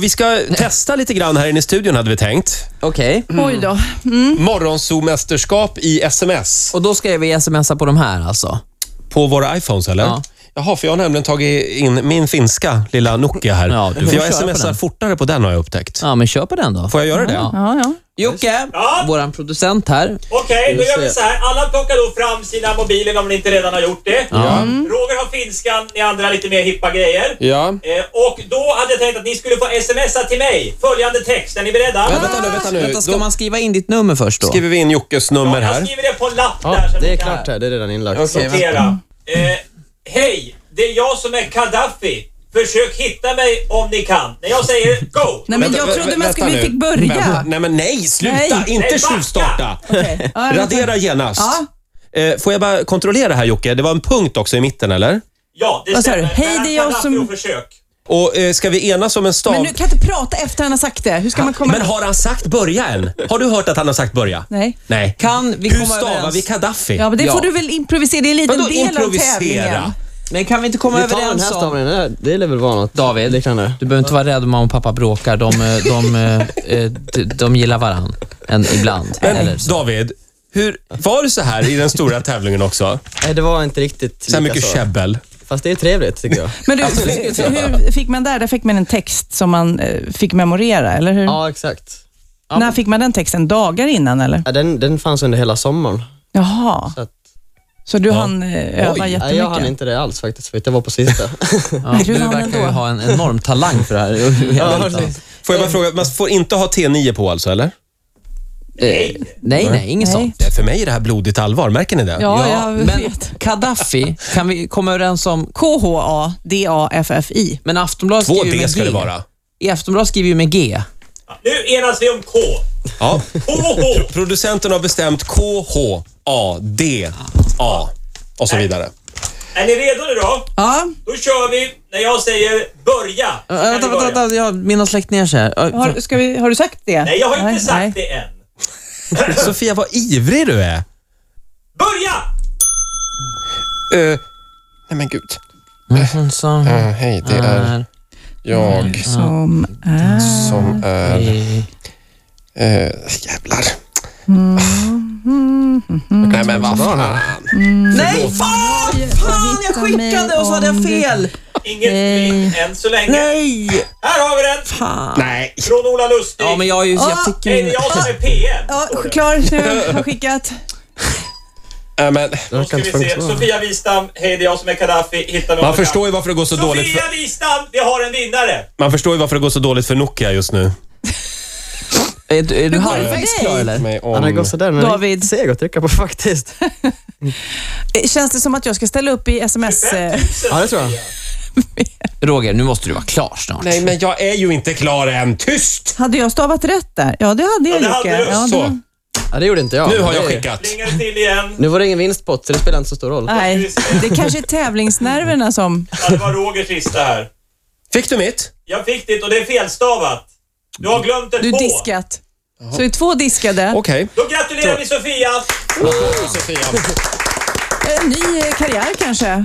vi ska testa lite grann här inne i studion hade vi tänkt. Okej. Oj då. Morgonzoo-mästerskap i sms. Och då ska vi smsa på de här alltså? På våra iPhones, eller? Ja. Jaha, för jag har nämligen tagit in min finska lilla Nokia här. Ja, du får för jag köra på smsar den. fortare på den har jag upptäckt. Ja, men kör på den då. Får jag göra det? Ja, ja. Jocke, Ja? våran producent här. Okej, då Just gör det. vi så här. Alla plockar då fram sina mobiler om ni inte redan har gjort det. Roger har finskan, ni andra lite mer hippa grejer. Ja. Eh, och då hade jag tänkt att ni skulle få smsa till mig följande text. Är ni beredda? Ja, vänta nu, vänta nu. Vänta, ska Då man skriva in ditt nummer först då? skriver vi in Jockes nummer Jag här. skriver det på en lapp Ja, där så det ni är kan klart här. Det är redan inlagt. Okej, vänta. notera. Eh, Hej, det är jag som är Gaddafi. Försök hitta mig om ni kan. När jag säger go! Nej, men Vänta, jag vä- trodde vä- man skulle, vänta vi nu. fick börja. Vänta. Nej, men nej, sluta! Nej. Inte Nej, backa. tjuvstarta! Okej. Ja, jag vet inte. Radera genast. Ja. Eh, Får jag bara kontrollera här Jocke? Det var en punkt också i mitten, eller? Ja, det Vad sa du? stämmer. Hej, det är jag Gaddafi som- och försök. Och eh, ska vi enas om en stav... Men du kan inte prata efter han har sagt det. Hur ska man komma... Ah, Men har han sagt börja än? Har du hört att han har sagt börja? Nej. Nej. Kan vi Hur komma stavar överens? vi Gaddafi? Ja, men det Ja. får du väl improvisera. Det är en liten Vadå del av improvisera? tävlingen. Men kan vi inte komma Vi tar den här överens om... staven. den här- Det är väl vanligt? David, Det kan det. du behöver inte vara rädd om mamma och pappa bråkar. De, eh, de, eh, eh, de, de gillar varann en, ibland. Eller Men så. David, hur, var det så här i den stora tävlingen också? Nej, det var inte riktigt Så här lika mycket käbbel? Fast det är trevligt tycker jag. Men du, hur fick man där? Där fick man en text som man eh, fick memorera, eller hur? ja, exakt. När fick man den texten? Dagar innan, eller? Ja, den, den fanns under hela sommaren. Jaha, Så att, så du hann eh, öva nej, jättemycket? jag hann inte det alls faktiskt, för att jag var på sista. Ja, du du har den verkar ju då. ha en enorm talang för det här. Ja, Eh, precis. Får jag bara fråga, man får inte ha T9 på alltså, eller? nej, nej, inget Nej. sånt. Det är för mig är det här blodigt allvar, märker ni det? Ja, jag men vet. Gaddafi, kan vi komma överens om... K-H-A-D-A-F-F-I. Men Aftonbladet Två skriver ju D med ska G. det vara. I Aftonbladet skriver ju med G. Nu enas vi om K. Ja. KH! Producenten har bestämt K, H, A, D, A och så vidare. Är ni redo nu då? Ja, Då kör vi när jag säger börja. så Äh, kan Vänta, ni vänta, börja. vänta. Jag, mina släktingar säger... har, ska vi, har du sagt det? Nej, jag har inte sagt nej. det än. Sofia, vad ivrig du är. Börja! Eh, nej men gud. Som Eh, hej, det är är jag Som är... som är... i- Eh, jävlar. Nej men vad fan. Nej, fan! Fan, jag skickade och så hade jag fel! Inget vill än så länge. Nej! Här har vi den! Nej. Från Ola Lustig. Ja, men jag, är ju- jag fick Hej, det är ju... jag som är PM. står Ja, det. klar nu. Har skickat. Nej, men, Då Jag ska kan vi inte se. funka Sofia Wistam, hej det är jag som är Gaddafi, hitta mig man om du förstår ju varför det går så kan. dåligt. För, Sofia Wistam, vi har en vinnare! man förstår ju varför det går så dåligt för Nokia just nu. Är du, är du går det för halvvägs dig? klar eller? Han har gått sådär, men David. riktigt seg att trycka på faktiskt. Eh, Känns det som att jag ska ställa upp i sms? eh, Ja, det tror jag. Roger, nu måste du vara klar snart. Nej, men jag är ju inte klar än. Tyst! Hade jag stavat rätt där? Ja, det hade jag, det hade Jocke. du. Ja, Så, Ja, det gjorde inte jag. nu men har jag det- skickat. Plingar det till igen. Nu var det ingen vinstpott, så det spelar inte så stor roll. Nej, det kanske är tävlingsnerverna som... Ja, det var Rogers sista här. Fick du mitt? Jag fick ditt och det är felstavat. Du har glömt ett Du H. diskat. Så det är två diskade. Okej. Då gratulerar vi Sofia! En ny eh, karriär kanske.